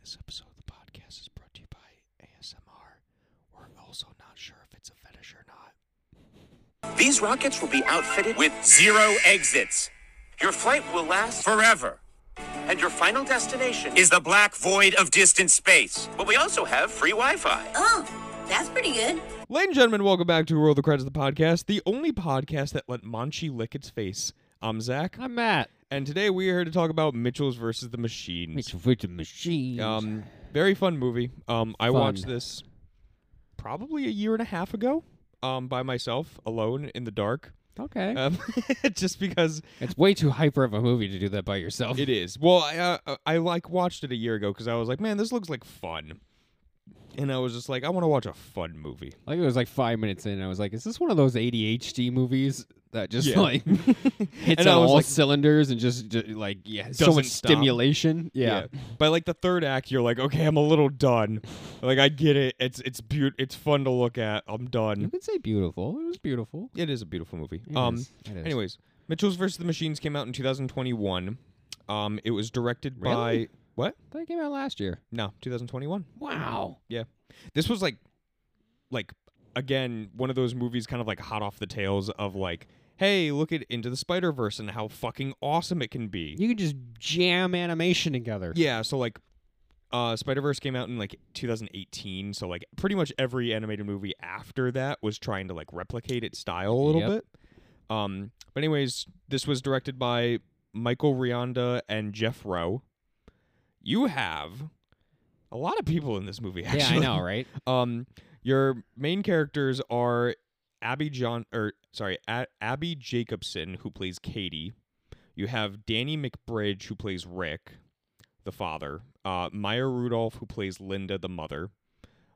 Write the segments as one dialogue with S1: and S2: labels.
S1: This episode of the podcast is brought to you by ASMR. We're also not sure if it's a fetish or not.
S2: These rockets will be outfitted with zero exits. Your flight will last forever. And your final destination is the black void of distant space. But we also have free Wi Fi.
S3: Oh, that's pretty good.
S1: Ladies and gentlemen, welcome back to Roll the Credits, the podcast, the only podcast that let Monchi lick its face. I'm Zach,
S4: I'm Matt.
S1: and today we are here to talk about Mitchell's versus the Machine.
S4: It's for the machine.
S1: Um, very fun movie. Um, I
S4: Fun.
S1: watched this probably a year and a half ago. Um, by myself, alone in the dark.
S4: okay.
S1: Um, just because
S4: it's way too hyper of a movie to do that by yourself.
S1: It is. Well, I, uh, I like watched it a year ago because I was like, man, this looks like fun, and I was just like, I want to watch a fun movie.
S4: like it was like five minutes in, and I was like, "Is this one of those ADHD movies that just
S1: Yeah.
S4: like hits
S1: And
S4: on
S1: I was
S4: all
S1: like-
S4: cylinders and just, ju- like yeah, so
S1: Doesn't
S4: much
S1: stop.
S4: stimulation?" Yeah.
S1: By like the third act, you're like, okay, I'm a little done. like I get it. It's it's beaut. It's fun to look at. I'm
S4: you
S1: done.
S4: could say beautiful. It was beautiful.
S1: It is a beautiful movie.
S4: It
S1: um.
S4: is. It is.
S1: Anyways, Mitchell's versus the Machines came out in 2021. Um, it was directed by
S4: Really?
S1: what?
S4: that came out last year.
S1: No, 2021.
S4: Wow.
S1: Yeah. This was like like again, one of those movies kind of like hot off the tails of like, hey, look at Into the Spider-Verse and how fucking awesome it can be.
S4: You could just jam animation together.
S1: Yeah, so like uh Spider-Verse came out in like 2018, so like pretty much every animated movie after that was trying to like replicate its style a little
S4: Yep.
S1: bit. Um but anyways, this was directed by Michael Rionda and Jeff Rowe. You have a lot of people in this movie actually.
S4: Yeah, I know, right?
S1: Um, your main characters are Abby John, or sorry, A- Abby Jacobson, who plays Katie. You have Danny McBridge, who plays Rick, the father. Uh, Maya Rudolph, who plays Linda, the mother.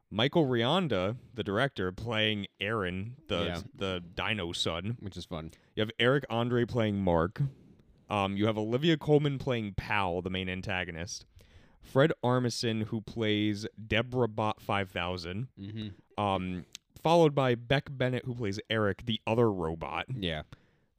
S1: Michael Rionda, the director, playing Aaron, the
S4: Yeah.
S1: the Dino son.
S4: Which is fun.
S1: You have Eric Andre playing Mark. Um, you have Olivia Coleman playing Pal, the main antagonist. Fred Armisen, who plays Deborah Bot 5000,
S4: hmm
S1: um, followed by Beck Bennett, who plays Eric, the other robot.
S4: Yeah.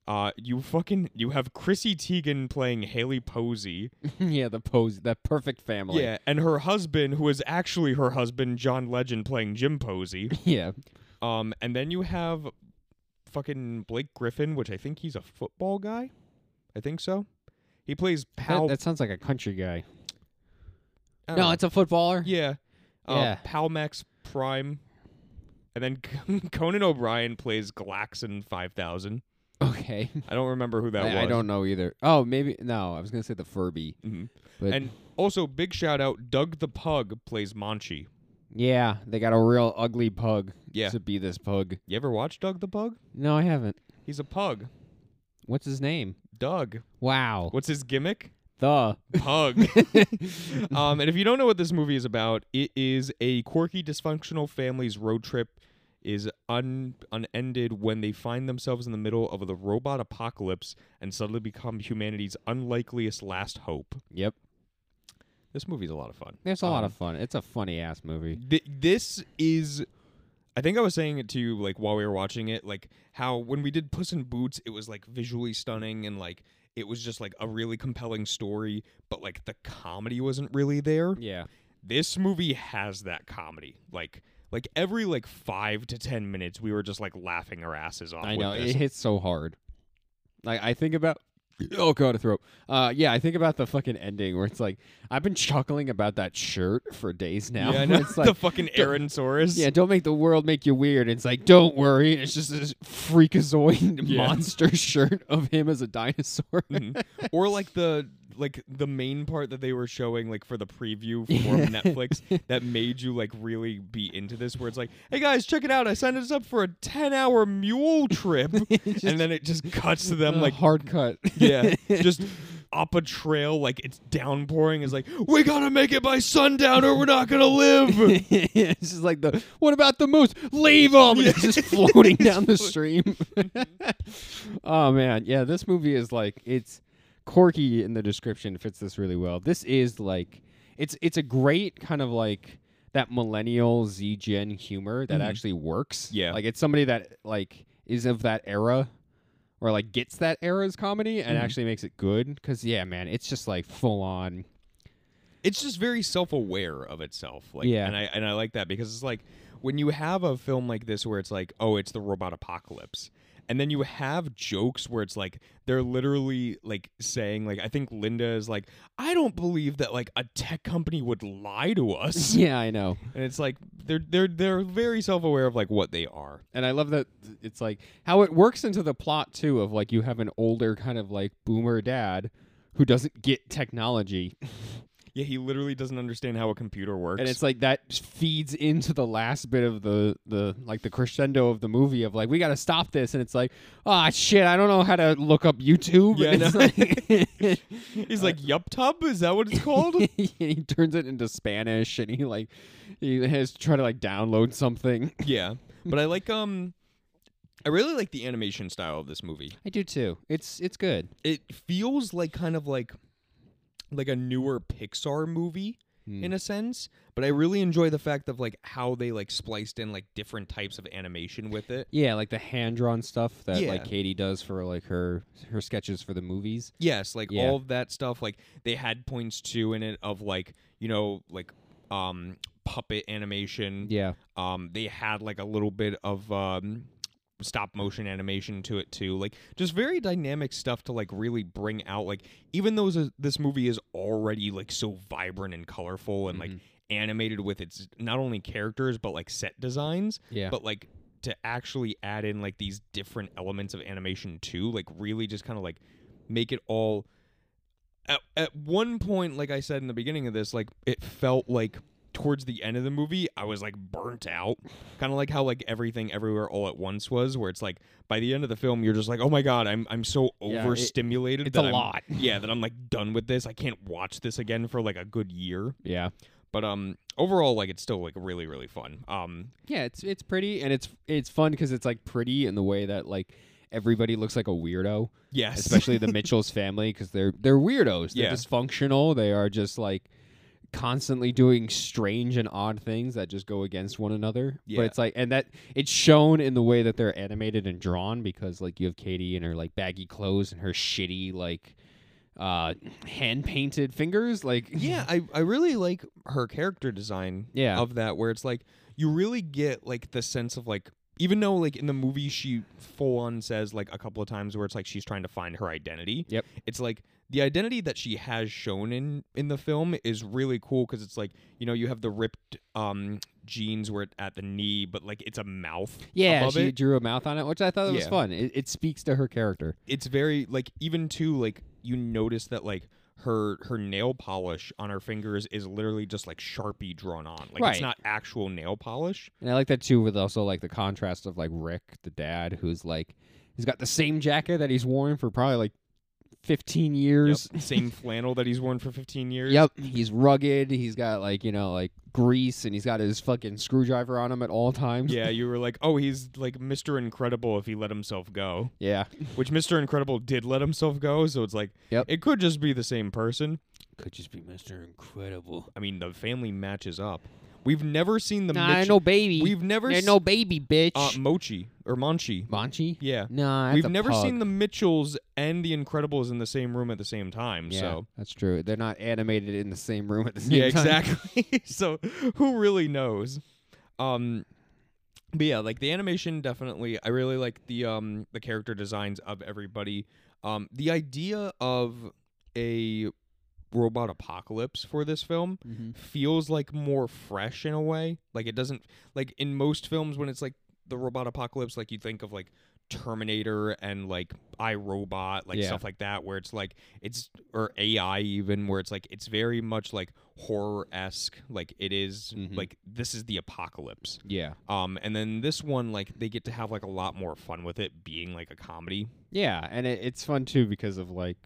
S1: Uh, you fucking you have Chrissy Teigen playing Haley Posey.
S4: yeah. The pose. That perfect family.
S1: Yeah, and her husband, who is actually her husband, John Legend, playing Jim Posey.
S4: Yeah.
S1: Um, and then you have fucking Blake Griffin, which I think he's a football guy. I think so. He plays
S4: That,
S1: Pal.
S4: that sounds like a country guy.
S1: I don't
S4: No,
S1: know.
S4: it's a footballer.
S1: Uh, yeah. Uh,
S4: Yeah.
S1: Pal Max Prime. And then Conan O'Brien plays Galaxin 5000.
S4: Okay.
S1: I don't remember who that was.
S4: I, I don't know either. Oh, maybe no. I was gonna say the Furby.
S1: Mhm.
S4: But
S1: And also, big shout out, Doug the Pug plays Monchi.
S4: yeah, they got a real ugly pug.
S1: Yeah.
S4: To be this pug.
S1: You ever watch Doug the Pug?
S4: No, I haven't.
S1: He's a pug.
S4: What's his name?
S1: Doug.
S4: Wow.
S1: What's his gimmick?
S4: The.
S1: Pug. um, and if you don't know what this movie is about, it is a quirky, dysfunctional family's road trip is un- unended when they find themselves in the middle of the robot apocalypse and suddenly become humanity's unlikeliest last hope.
S4: Yep.
S1: This movie's a lot of fun.
S4: There's a lot
S1: Um,
S4: of fun. It's a funny ass movie.
S1: Th- this is I think I was saying it to you like while we were watching it like how when we did Puss in Boots it was like visually stunning and like it was just like a really compelling story but like the comedy wasn't really there.
S4: Yeah.
S1: This movie has that comedy. Like like every like 5 to 10 minutes we were just like laughing our asses off
S4: I
S1: with
S4: know.
S1: this.
S4: It hits so hard. Like I think about. Oh god, a throat. Uh, yeah, I think about the fucking ending where it's like I've been chuckling about that shirt for days now.
S1: yeah, I know.
S4: it's
S1: the
S4: like
S1: fucking Aaron Saurus.
S4: Yeah, don't make the world make you weird. It's like, don't worry. It's just this freakazoid
S1: Yeah.
S4: monster shirt of him as a dinosaur.
S1: Mhm. or like the like the main part that they were showing like for the preview for Netflix that made you like really be into this where it's like, "Hey guys, check it out. I signed us up for a 10-hour mule trip." and then it just cuts to them
S4: Uh,
S1: like
S4: hard cut.
S1: yeah, just up a trail like it's downpouring is like, "We got to make it by sundown or we're not going to live."
S4: it's just like the what about the moose? Leave him. It's just floating down the stream. oh man, yeah. This movie is like it's quirky in the description. Fits this really well. This is like it's it's a great kind of like that millennial Z Gen humor that actually works.
S1: Yeah.
S4: like it's somebody that like is of that era. Or like gets that era's comedy and actually makes it good, because yeah, man, it's just like full on
S1: it's just very self-aware of itself like
S4: Yeah.
S1: and i and i like that because it's like when you have a film like this where it's like oh it's the robot apocalypse and then you have jokes where it's like they're literally like saying like i think linda is like i don't believe that like a tech company would lie to us
S4: Yeah, I know.
S1: and it's like they're they're they're very self-aware of like what they are
S4: And I love that th- it's like how it works into the plot too of like you have an older kind of like boomer dad who doesn't get technology.
S1: yeah he literally doesn't understand how a computer works
S4: And it's like that s- feeds into the last bit of the the like the crescendo of the movie of like we got to stop this and it's like, "Ah, shit, I don't know how to look up YouTube."
S1: Yeah, I
S4: And it's like-
S1: he's like yup tub is that what it's called
S4: he turns it into Spanish and he like he has to try to like download something.
S1: Yeah, but I like um, I really like the animation style of this movie.
S4: I do too. It's it's good.
S1: It feels like kind of like like a newer Pixar movie in a sense, but I really enjoy the fact of like how they like spliced in like different types of animation with it.
S4: Yeah, like the hand drawn stuff that
S1: Yeah.
S4: like Katie does for like her her sketches for the movies.
S1: Yes, like
S4: Yeah.
S1: all of that stuff. Like they had points too in it of like you know like um puppet animation.
S4: Yeah,
S1: Um, they had like a little bit of um, stop motion animation to it too, like just very dynamic stuff to like really bring out. Like even though this- this movie is already like so vibrant and colorful and like animated with its not only characters but like set designs,
S4: yeah,
S1: but like to actually add in like these different elements of animation too, like really just kind of like make it all. At, at one point, like I said in the beginning of this, like it felt like towards the end of the movie, I was like burnt out. Kind of like how like everything everywhere all at once was, where it's like by the end of the film, you're just like, oh my god, I'm I'm so
S4: Yeah, it-
S1: overstimulated.
S4: it's
S1: that
S4: a
S1: I'm-
S4: lot.
S1: Yeah, that I'm like done with this. I can't watch this again for like a good year.
S4: yeah,
S1: But um, overall, like it's still like really really fun. Um,
S4: yeah. It's it's pretty and it's it's fun because it's like pretty in the way that like everybody looks like a weirdo,
S1: yes,
S4: especially the Mitchell's family because they're they're weirdos. They're
S1: Yeah.
S4: dysfunctional. They are just like constantly doing strange and odd things that just go against one another.
S1: Yeah.
S4: But it's like and that it's shown in the way that they're animated and drawn because like you have Katie in her like baggy clothes and her shitty like uh hand painted fingers like
S1: yeah I, I really like her character design
S4: Yeah.
S1: of that where it's like you really get like the sense of like even though like in the movie she full on says like a couple of times where it's like she's trying to find her identity
S4: Yep.
S1: it's like the identity that she has shown in in the film is really cool because it's like you know you have the ripped um jeans where it, at the knee but like it's a mouth
S4: Yeah,
S1: above
S4: she
S1: it.
S4: drew a mouth on it, which I thought was
S1: Yeah.
S4: fun. It, it speaks to her character.
S1: it's very like even too like you notice that like her her nail polish on her fingers is literally just like sharpie drawn on like
S4: Right.
S1: it's not actual nail polish
S4: And I like that too, with also like the contrast of like Rick, the dad, who's like, he's got the same jacket that he's worn for probably like 15 years.
S1: Yep, same flannel that he's worn for 15 years
S4: Yep. He's rugged. He's got like, you know, like grease and he's got his fucking screwdriver on him at all times.
S1: yeah you were like oh he's like mr incredible if he let himself go
S4: Yeah.
S1: which mr incredible did let himself go so it's like
S4: Yep.
S1: it could just be the same person
S4: Could just be Mr. Incredible.
S1: i mean the family matches up we've never seen the
S4: Nah, ain't
S1: Mitch-
S4: no baby.
S1: we've never
S4: Ain't
S1: s-
S4: no baby, bitch.
S1: uh, mochi or monchi
S4: Manchi?
S1: yeah
S4: Nah, that's
S1: We've
S4: a
S1: never
S4: pug.
S1: seen the Mitchells and the Incredibles in the same room at the same time.
S4: Yeah,
S1: So
S4: that's true. They're not animated in the same room at the same
S1: yeah,
S4: time.
S1: exactly. so who really knows? Um, but yeah, like the animation definitely. I really like the um the character designs of everybody. Um, the idea of a robot apocalypse for this film
S4: Mhm.
S1: feels like more fresh in a way. Like it doesn't like in most films when it's like the robot apocalypse, like you think of like Terminator and like iRobot, like
S4: Yeah.
S1: stuff like that, where it's like it's or AI even, where it's like it's very much like horror esque. Like it is,
S4: Mhm.
S1: like this is the apocalypse.
S4: Yeah.
S1: Um, and then this one, like they get to have like a lot more fun with it being like a comedy.
S4: Yeah, and it, it's fun too because of like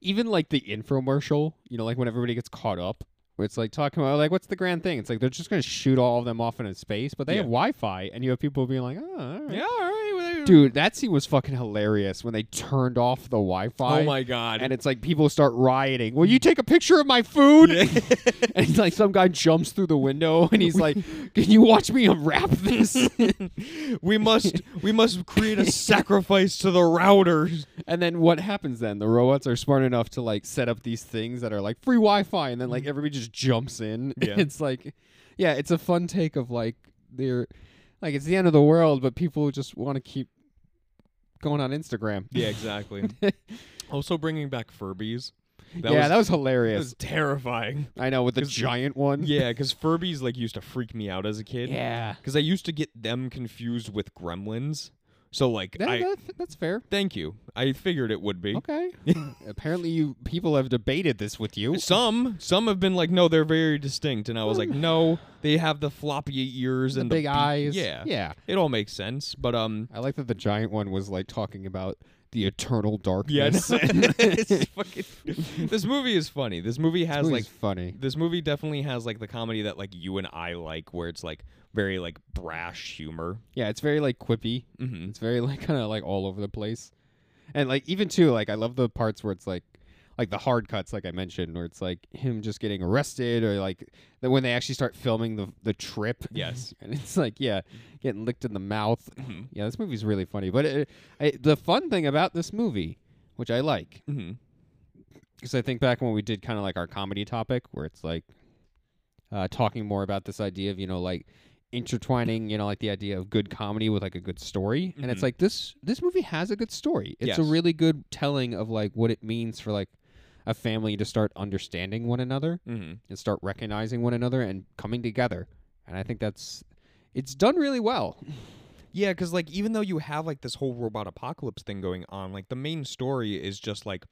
S4: even like the infomercial, you know, like when everybody gets caught up, where it's like talking about like what's the grand thing? It's like they're just gonna shoot all of them off into space, but they
S1: Yeah.
S4: have Wi Fi and you have people being like, Oh, all right.
S1: all right, well,
S4: Dude, that scene was fucking hilarious when they turned off the Wi-Fi.
S1: Oh my god.
S4: And it's like people start rioting. Will you take a picture of my food? and it's like some guy jumps through the window and he's like, "Can you watch me unwrap this?"
S1: we must we must create a sacrifice to the routers.
S4: and then what happens then? The robots are smart enough to like set up these things that are like free Wi-Fi, and then like everybody just jumps in.
S1: Mm-hmm. Yeah.
S4: it's like, yeah, it's a fun take of like they're like it's the end of the world, but people just want to keep going on Instagram.
S1: Yeah, exactly. also bringing back Furbies. That
S4: yeah,
S1: was,
S4: that was
S1: that
S4: hilarious.
S1: was terrifying.
S4: I know with the giant one.
S1: Yeah, because Furbies like used to freak me out as a kid.
S4: yeah.
S1: Because I used to get them confused with gremlins. So like
S4: That,
S1: I
S4: that- that's fair.
S1: thank you. I figured it would be.
S4: Okay. Apparently, you people have debated this with you.
S1: Some some have been like, no, they're very distinct, and I was like, no, they have the floppy ears
S4: The
S1: and
S4: big
S1: the beak."
S4: eyes.
S1: Yeah,
S4: Yeah.
S1: it all makes sense. But um,
S4: I like that the giant one was like talking about the eternal
S1: yeah,
S4: darkness.
S1: no, it's fucking- this movie is funny. This movie has
S4: Movie's
S1: like
S4: funny.
S1: this movie definitely has like the comedy that like you and I like, where it's like very like brash humor.
S4: Yeah, it's very like quippy.
S1: Mm-hmm.
S4: It's very like kind of like all over the place, and like even too like I love the parts where it's like like the hard cuts like I mentioned where it's like him just getting arrested or like then when they actually start filming the the trip.
S1: Yes. Mm-hmm.
S4: and it's like yeah, getting licked in the mouth. yeah, this movie's really funny. But it, I, the fun thing about this movie, which I like,
S1: Mm-hmm.
S4: because I think back when we did kind of like our comedy topic, where it's like uh, talking more about this idea of you know like intertwining you know like the idea of good comedy with like a good story, and it's
S1: Mhm.
S4: like this this movie has a good story. It's a
S1: Yes.
S4: really good telling of like what it means for like a family to start understanding one another
S1: Mm-hmm.
S4: and start recognizing one another and coming together, and I think that's it's done really well.
S1: Yeah, because like even though you have like this whole robot apocalypse thing going on, like the main story is just like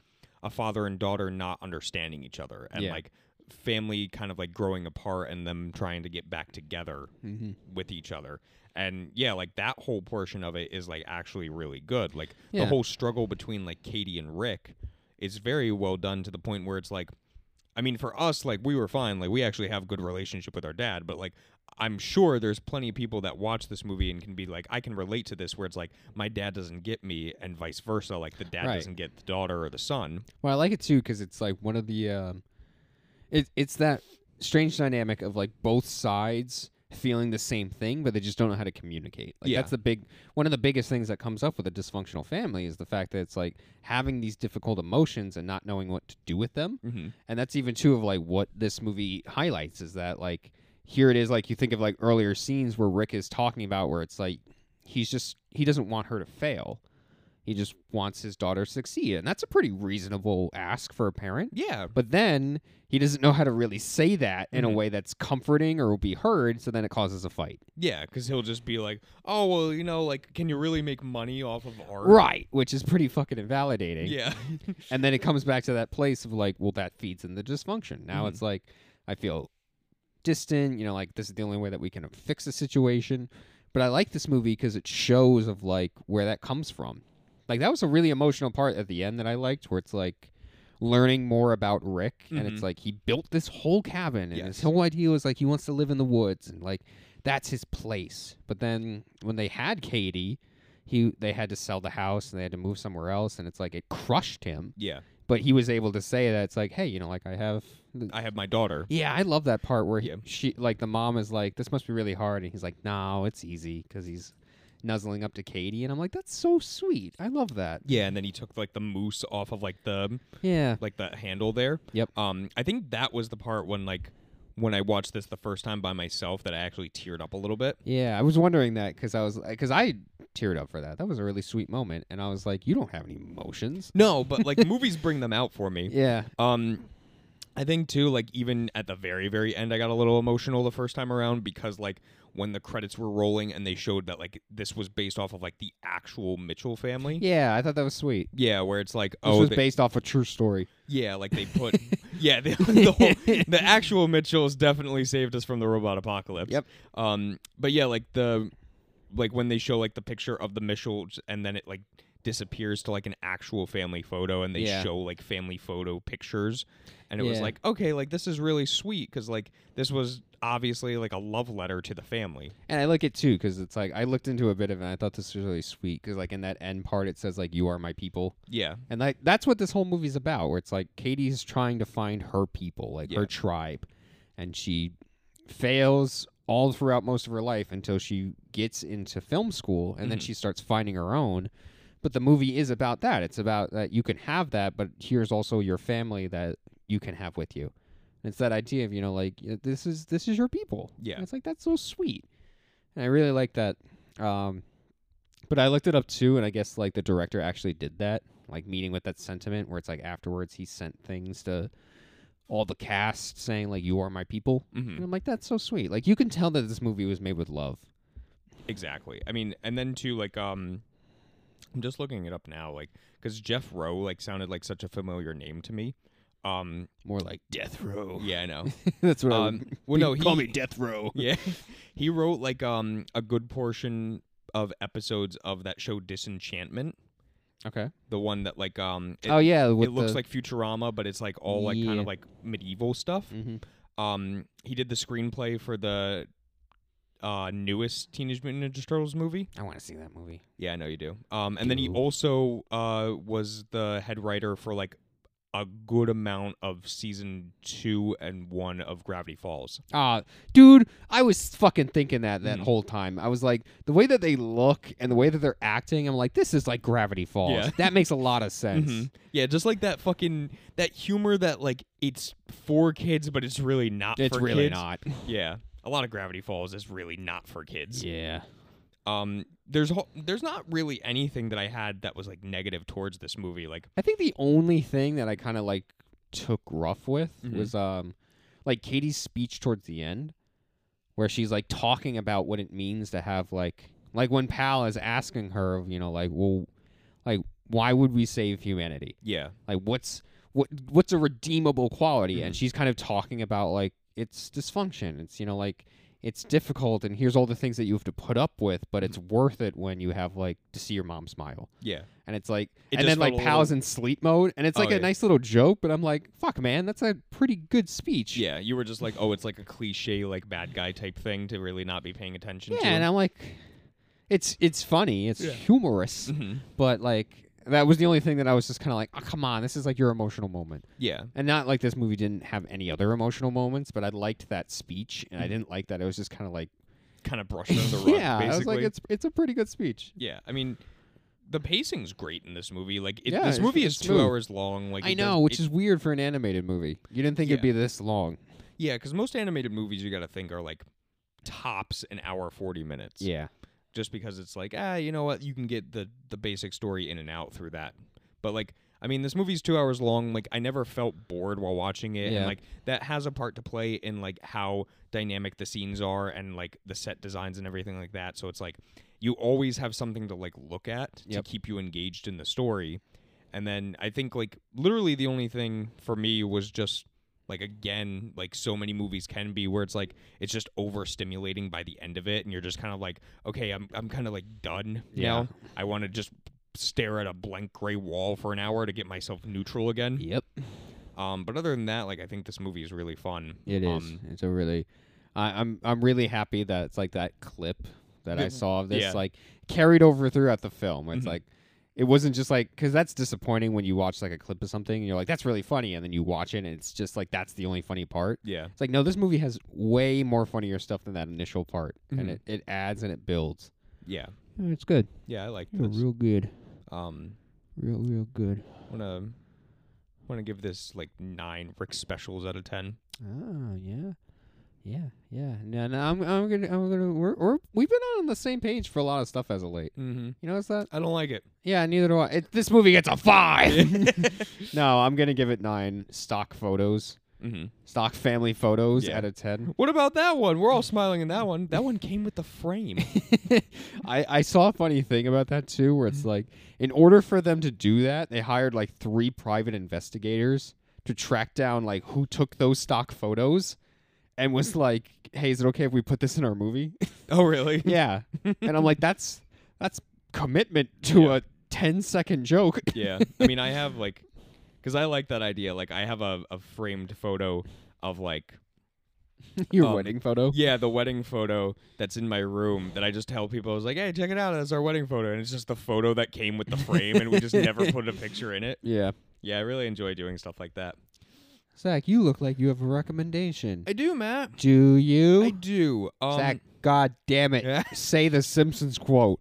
S1: a father and daughter not understanding each other and
S4: Yeah.
S1: like family kind of like growing apart and them trying to get back together
S4: Mm-hmm.
S1: with each other. And yeah, like that whole portion of it is like actually really good. Like
S4: Yeah.
S1: the whole struggle between like Katie and Rick is very well done to the point where it's like I mean for us like we were fine. Like we actually have a good relationship with our dad, but like I'm sure there's plenty of people that watch this movie and can be like I can relate to this where it's like my dad doesn't get me and vice versa like the dad
S4: Right.
S1: doesn't get the daughter or the son.
S4: Well, I like it too because it's like one of the, um, it, it's that strange dynamic of like both sides feeling the same thing, but they just don't know how to communicate. Like
S1: Yeah.
S4: that's the big one of the biggest things that comes up with a dysfunctional family is the fact that it's like having these difficult emotions and not knowing what to do with them.
S1: Mhm.
S4: And that's even too of like what this movie highlights is that like here it is like you think of like earlier scenes where Rick is talking about where it's like he's just he doesn't want her to fail. He just wants his daughter to succeed. And that's a pretty reasonable ask for a parent.
S1: Yeah.
S4: But then he doesn't know how to really say that in a
S1: Mhm.
S4: way that's comforting or will be heard, so then it causes a fight.
S1: Yeah, cuz he'll just be like, "Oh, well, you know, like can you really make money off of art?"
S4: Right, which is pretty fucking invalidating.
S1: Yeah.
S4: and then it comes back to that place of like, well, that feeds in the dysfunction. Now
S1: Mhm.
S4: it's like, I feel distant. You know, like this is the only way that we can fix the situation. But I like this movie because it shows of like where that comes from. Like that was a really emotional part at the end that I liked, where it's like learning more about Rick, and it's
S1: Mhm.
S4: like he built this whole cabin, and his
S1: Yes.
S4: whole idea was like he wants to live in the woods, and like that's his place. But then when they had Katie. He, they had to sell the house and they had to move somewhere else, and it's like it crushed him
S1: yeah.
S4: but he was able to say that it's like, hey, you know, like I have. th-
S1: I have my daughter.
S4: Yeah, I love that part where he,
S1: Yeah.
S4: she, like, the mom is like, this must be really hard, and he's like, no, it's easy because he's nuzzling up to Katie, and I'm like, that's so sweet. I love that.
S1: Yeah, and then he took like the moose off of like the
S4: Yeah.
S1: like the handle there.
S4: Yep.
S1: Um, I think that was the part when like when I watched this the first time by myself that I actually teared up a little bit.
S4: Yeah, I was wondering that because I was because I teared up for that. That was a really sweet moment, and I was like, you don't have any emotions.
S1: No, but like movies bring them out for me.
S4: Yeah.
S1: Um, I think too, like even at the very very end, I got a little emotional the first time around because like when the credits were rolling and they showed that like this was based off of like the actual Mitchell family.
S4: Yeah, I thought that was sweet.
S1: Yeah, where it's like,
S4: This
S1: oh,
S4: was
S1: they-
S4: based off a true story.
S1: Yeah, like they put. yeah, the, the, whole, the actual Mitchells definitely saved us from the robot apocalypse.
S4: Yep.
S1: Um, but yeah, like the, like when they show like the picture of the Mitchells and then it like disappears to like an actual family photo and they
S4: Yeah.
S1: show like family photo pictures and it was
S4: Yeah.
S1: like okay like this is really sweet cuz like this was obviously like a love letter to the family
S4: And I like it too because it's like I looked into a bit of it and I thought this was really sweet because like in that end part it says like you are my people
S1: yeah
S4: and like that's what this whole movie's about where it's like Katie's trying to find her people like
S1: Yeah.
S4: her tribe and she fails all throughout most of her life until she gets into film school and
S1: Mm-hmm.
S4: then she starts finding her own but the movie is about that it's about that you can have that but here's also your family that you can have with you and it's that idea of you know like y- this is this is your people
S1: Yeah.
S4: And it's like that's so sweet and i really like that um but i looked it up too and i guess like the director actually did that like meeting with that sentiment where it's like afterwards he sent things to all the cast saying like you are my people
S1: Mhm.
S4: and i'm like that's so sweet like you can tell that this movie was made with love
S1: Exactly. I mean, and then too, like, um, I'm just looking it up now, like, because Jeff Rowe, like, sounded like such a familiar name to me. Um,
S4: more like death row
S1: yeah, I know.
S4: that's what I
S1: Um,
S4: would-
S1: well, no, he,
S3: Call me Death Row.
S1: yeah, he wrote like um a good portion of episodes of that show Disenchantment,
S4: okay
S1: the one that like um it,
S4: oh yeah with
S1: it looks
S4: the-
S1: like Futurama, but it's like all like kind
S4: Yeah.
S1: of like medieval stuff.
S4: Mhm.
S1: Um, he did the screenplay for the uh newest Teenage Mutant Ninja Turtles movie.
S4: i want to see that movie
S1: Yeah, I know you do. Um, and then he
S4: Do.
S1: also uh, was the head writer for like a good amount of season two and one of Gravity Falls.
S4: Ah, dude, I was fucking thinking that that
S1: Mhm.
S4: whole time. I was like, the way that they look and the way that they're acting, I'm like, this is like Gravity Falls.
S1: Yeah. Mm-hmm.
S4: That makes a lot of sense.
S1: Yeah, just like that fucking that humor that like it's for kids, but it's really not.
S4: It's
S1: for
S4: really
S1: kids.
S4: not.
S1: Yeah, a lot of Gravity Falls is really not for kids.
S4: yeah.
S1: Um, there's ho- there's not really anything that I had that was like negative towards this movie. Like,
S4: I think the only thing that I kind of like took rough with
S1: Mhm.
S4: was um like Katie's speech towards the end where she's like talking about what it means to have like like when Pal is asking her, you know, like, well like why would we save humanity?
S1: yeah,
S4: like what's what what's a redeemable quality
S1: Mm-hmm.
S4: and she's kind of talking about like it's dysfunction it's you know like it's difficult and here's all the things that you have to put up with but
S1: Mm-hmm.
S4: it's worth it when you have like to see your mom smile
S1: yeah,
S4: and it's like
S1: It
S4: and
S1: just
S4: then like
S1: felt a
S4: pals
S1: little-
S4: in sleep mode and it's
S1: Oh,
S4: like
S1: yeah.
S4: a nice little joke but i'm like fuck man that's a pretty good speech
S1: yeah. You were just like, oh, it's like a cliche like bad guy type thing to really not be paying attention.
S4: yeah
S1: to.
S4: and i'm like it's it's funny it's humorous
S1: Mhm.
S4: but like that was the only thing that i was just kind of like oh come on this is like your emotional moment
S1: Yeah.
S4: And not like this movie didn't have any other emotional moments, but I liked that speech, and I didn't like that it was just kind of like,
S1: Kind of brushed under Mm-hmm. the rug,
S4: yeah,
S1: basically.
S4: I was like, it's it's a pretty good speech.
S1: yeah. I mean, the pacing's great in this movie. Like, it,
S4: Yeah,
S1: this
S4: it's-
S1: movie
S4: it's
S1: is two
S4: smooth.
S1: hours long. Like,
S4: I
S1: it does-
S4: know, which
S1: it-
S4: is weird for an animated movie. You didn't think it'd
S1: Yeah.
S4: be this long.
S1: yeah, because most animated movies you got to think are like tops an hour forty minutes.
S4: Yeah,
S1: Just because it's like, ah, you know what, you can get the the basic story in and out through that. But like, I mean, this movie's two hours long. Like, I never felt bored while watching it, and
S4: Yeah.
S1: like that has a part to play in like how dynamic the scenes are and like the set designs and everything like that. So it's like you always have something to like look at
S4: Yep.
S1: to keep you engaged in the story. And then I think like literally the only thing for me was just like again like so many movies can be where it's like it's just overstimulating by the end of it and you're just kind of like okay I'm I'm kind of like done
S4: Yeah.
S1: now. I want to just stare at a blank gray wall for an hour to get myself neutral again.
S4: yep,
S1: Um, but other than that, like I think this movie is really fun.
S4: it is.
S1: Um,
S4: it's a really, I, I'm I'm really happy that it's like that clip that I
S1: The-
S4: saw of this
S1: yeah.
S4: like carried over throughout the film. Where it's
S1: Mhm.
S4: like. It wasn't just like because that's disappointing when you watch like a clip of something and you're like that's really funny and then you watch it and it's just like that's the only funny part.
S1: yeah.
S4: It's like, no, this movie has way more funnier stuff than that initial part.
S1: Mhm.
S4: And it, it adds and it builds.
S1: Yeah.
S4: Mm-hmm. It's good.
S1: Yeah, I like this.
S4: good.
S1: Um,
S4: Real, real good.
S1: wanna wanna give this like nine Rick specials out of ten.
S4: Oh, yeah. Yeah, yeah. No, no, I'm, I'm gonna, I'm gonna. We're, we're, we've been on the same page for a lot of stuff as of late.
S1: Mm-hmm.
S4: You notice that?
S1: I don't like it.
S4: Yeah, neither do I. It, this movie gets a five. no, I'm gonna give it nine stock photos,
S1: Mm-hmm.
S4: stock family photos
S1: Yeah.
S4: out of ten.
S1: What about that one? We're all smiling in that one. That one came with the frame.
S4: I, I saw a funny thing about that too, where it's like, in order for them to do that, they hired like three private investigators to track down like who took those stock photos, and was like, "Hey, is it okay if we put this in our movie?"
S1: oh, really?
S4: yeah, and I'm like, "That's that's commitment to
S1: Yeah.
S4: a 10 second joke.
S1: Yeah. I mean, I have like, because I like that idea. Like, I have a, a framed photo of like,
S4: Your
S1: Um,
S4: wedding photo.
S1: yeah, the wedding photo that's in my room that I just tell people, I was like, hey, check it out. That's our wedding photo. And it's just the photo that came with the frame, and we just never put a picture in it.
S4: Yeah.
S1: Yeah, I really enjoy doing stuff like that.
S4: Zach, you look like you have a recommendation.
S1: I do, Matt.
S4: Do you?
S1: I do. Um,
S4: Zach, God damn it.
S1: yeah.
S4: Say the Simpsons quote.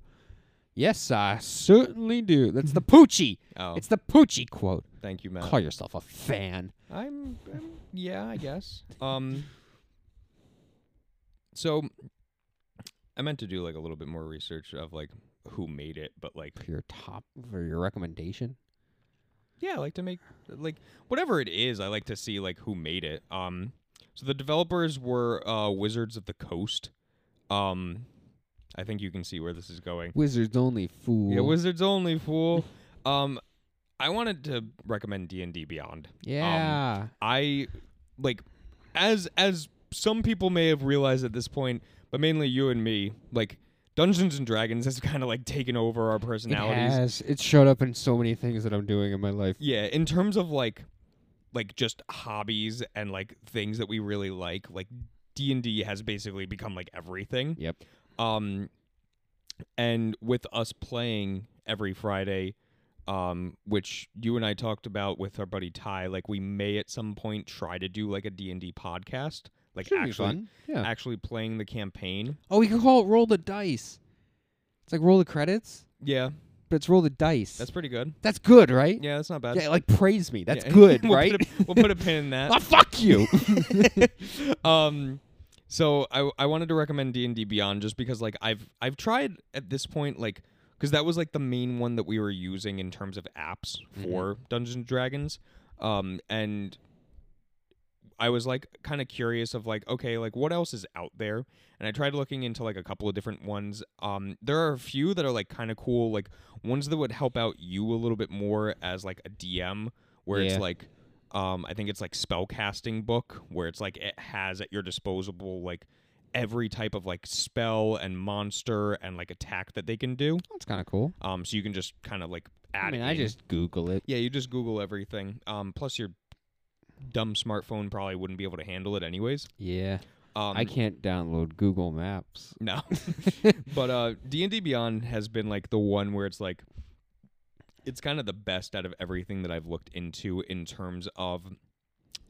S4: Yes, I certainly do. That's the Poochie.
S1: Oh,
S4: It's the Poochie quote.
S1: thank you, Matt.
S4: Call yourself a fan.
S1: I'm, I'm yeah, I guess. Um so I meant to do like a little bit more research of like who made it, but like
S4: For your top, for your recommendation.
S1: yeah, I like to make like whatever it is, I like to see like who made it. Um so the developers were uh Wizards of the Coast. Um I think you can see where this is going.
S4: Wizards only fool.
S1: Yeah, Wizards only fool. um I wanted to recommend D&D Beyond.
S4: Yeah.
S1: um, I like as as some people may have realized at this point, but mainly you and me, like Dungeons and Dragons has kind of like taken over our
S4: it
S1: personalities.
S4: has. It showed up in so many things that I'm doing in my life.
S1: Yeah, in terms of like like just hobbies and like things that we really like, like D&D has basically become like everything.
S4: Yep.
S1: Um and with us playing every Friday um which you and I talked about with our buddy Ty, like we may at some point try to do like a D&D podcast, like
S4: Should be
S1: actually
S4: fun. Yeah.
S1: actually playing the campaign.
S4: Oh, we could call it roll the dice. It's like roll the credits,
S1: Yeah,
S4: but it's roll the dice.
S1: that's pretty good.
S4: that's good, right?
S1: Yeah, that's not bad.
S4: Yeah, like praise me. That's
S1: Yeah.
S4: good,
S1: we'll
S4: right?
S1: Put a, we'll put a pin in
S4: Ah,
S1: that.
S4: fuck you.
S1: um so I I wanted to recommend D&D Beyond just because like I've I've tried at this point like cuz that was like the main one that we were using in terms of apps for Dungeons and Dragons. Um and I was like kind of curious of like okay like what else is out there and I tried looking into like a couple of different ones um there are a few that are like kind of cool like ones that would help out you a little bit more as like a DM where
S4: Yeah.
S1: it's like um I think it's like spellcasting book where it's like it has at your disposable like every type of like spell and monster and like attack that they can do
S4: That's kind of cool.
S1: um so you can just kind of like add
S4: I mean,
S1: it
S4: I
S1: in.
S4: just Google it.
S1: Yeah, you just Google everything. Um, plus your dumb smartphone probably wouldn't be able to handle it anyways.
S4: Yeah.
S1: Um,
S4: I can't download Google Maps.
S1: No, but uh, D and D Beyond has been like the one where it's like it's kind of the best out of everything that I've looked into in terms of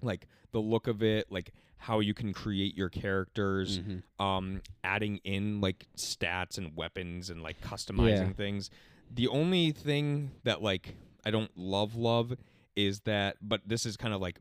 S1: like the look of it, like how you can create your characters, um, adding in like stats and weapons and like customizing things. The only thing that like I don't love love is that, but this is kind of like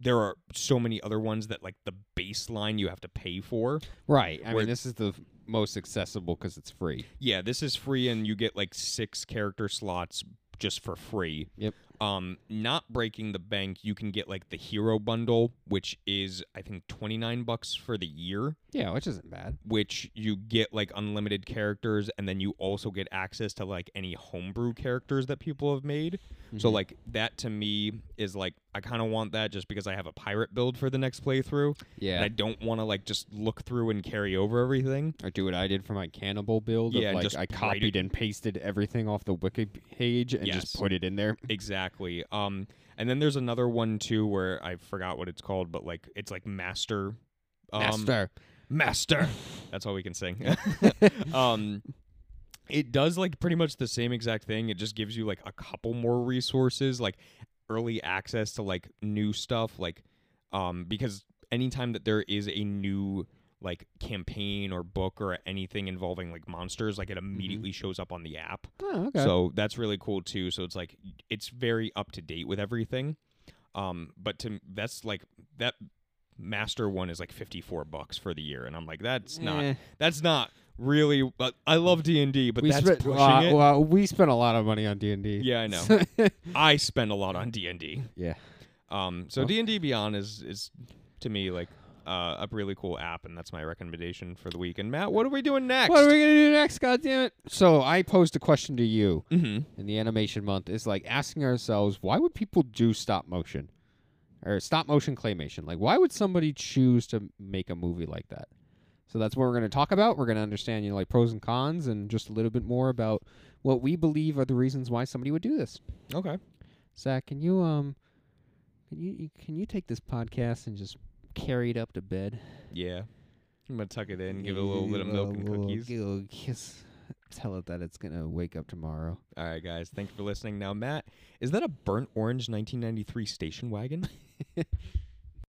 S1: there are so many other ones that like the baseline you have to pay for.
S4: Right. I
S1: Where-
S4: mean, this is the f- most accessible because it's free.
S1: Yeah, this is free, and you get like six character slots just for free.
S4: Yep.
S1: Um, not breaking the bank, you can get like the hero bundle, which is I think twenty nine bucks for the year,
S4: Yeah, which isn't bad.
S1: which you get like unlimited characters, and then you also get access to like any homebrew characters that people have made. So
S4: Mm-hmm.
S1: like that to me is like I kind of want that just because I have a pirate build for the next playthrough,
S4: Yeah.
S1: and I don't want to like just look through and carry over everything.
S4: or do what I did for my cannibal build.
S1: Yeah,
S4: of
S1: and
S4: like
S1: just
S4: I
S1: write it-
S4: copied and pasted everything off the wiki page and
S1: Yes.
S4: just put it in there.
S1: Exactly. Um, and then there's another one too where I forgot what it's called, but like it's like master, um,
S4: Master.
S1: master. That's all we can sing. um, it does like pretty much the same exact thing. It just gives you like a couple more resources, like early access to like new stuff, like um, because anytime that there is a new like campaign or book or anything involving like monsters, like it immediately shows up on the app.
S4: Oh, okay.
S1: So that's really cool too. So it's like it's very up to date with everything. Um, but to that's like that master one is like fifty four bucks for the year, and I'm like, that's not
S4: Eh.
S1: that's not really. But I love D and D, but
S4: we
S1: that's
S4: spent
S1: pushing
S4: uh,
S1: it.
S4: well, we spent a lot of money on D and D.
S1: Yeah, I know. I spend a lot on D and D.
S4: yeah.
S1: Um, so D and D Beyond is is to me like uh, a really cool app, and that's my recommendation for the week. And Matt, what are we doing next?
S4: What are we gonna do next? God damn it! So I posed a question to you
S1: hmm
S4: in the animation month. Is like asking ourselves why would people do stop motion or stop motion claymation? Like why would somebody choose to make a movie like that? So that's what we're going to talk about. We're going to understand, you know, like pros and cons and just a little bit more about what we believe are the reasons why somebody would do this.
S1: Okay.
S4: Zach, can you um can you you- can you take this podcast and just carry it up to bed?
S1: Yeah. I'm gonna tuck it in, give it a little bit of
S4: Give it a
S1: milk and
S4: little-
S1: cookies.
S4: give it a little kiss. Tell it that it's going to wake up tomorrow.
S1: All right, guys. Thanks for listening. Now, Matt, is that a burnt orange 1993 station wagon?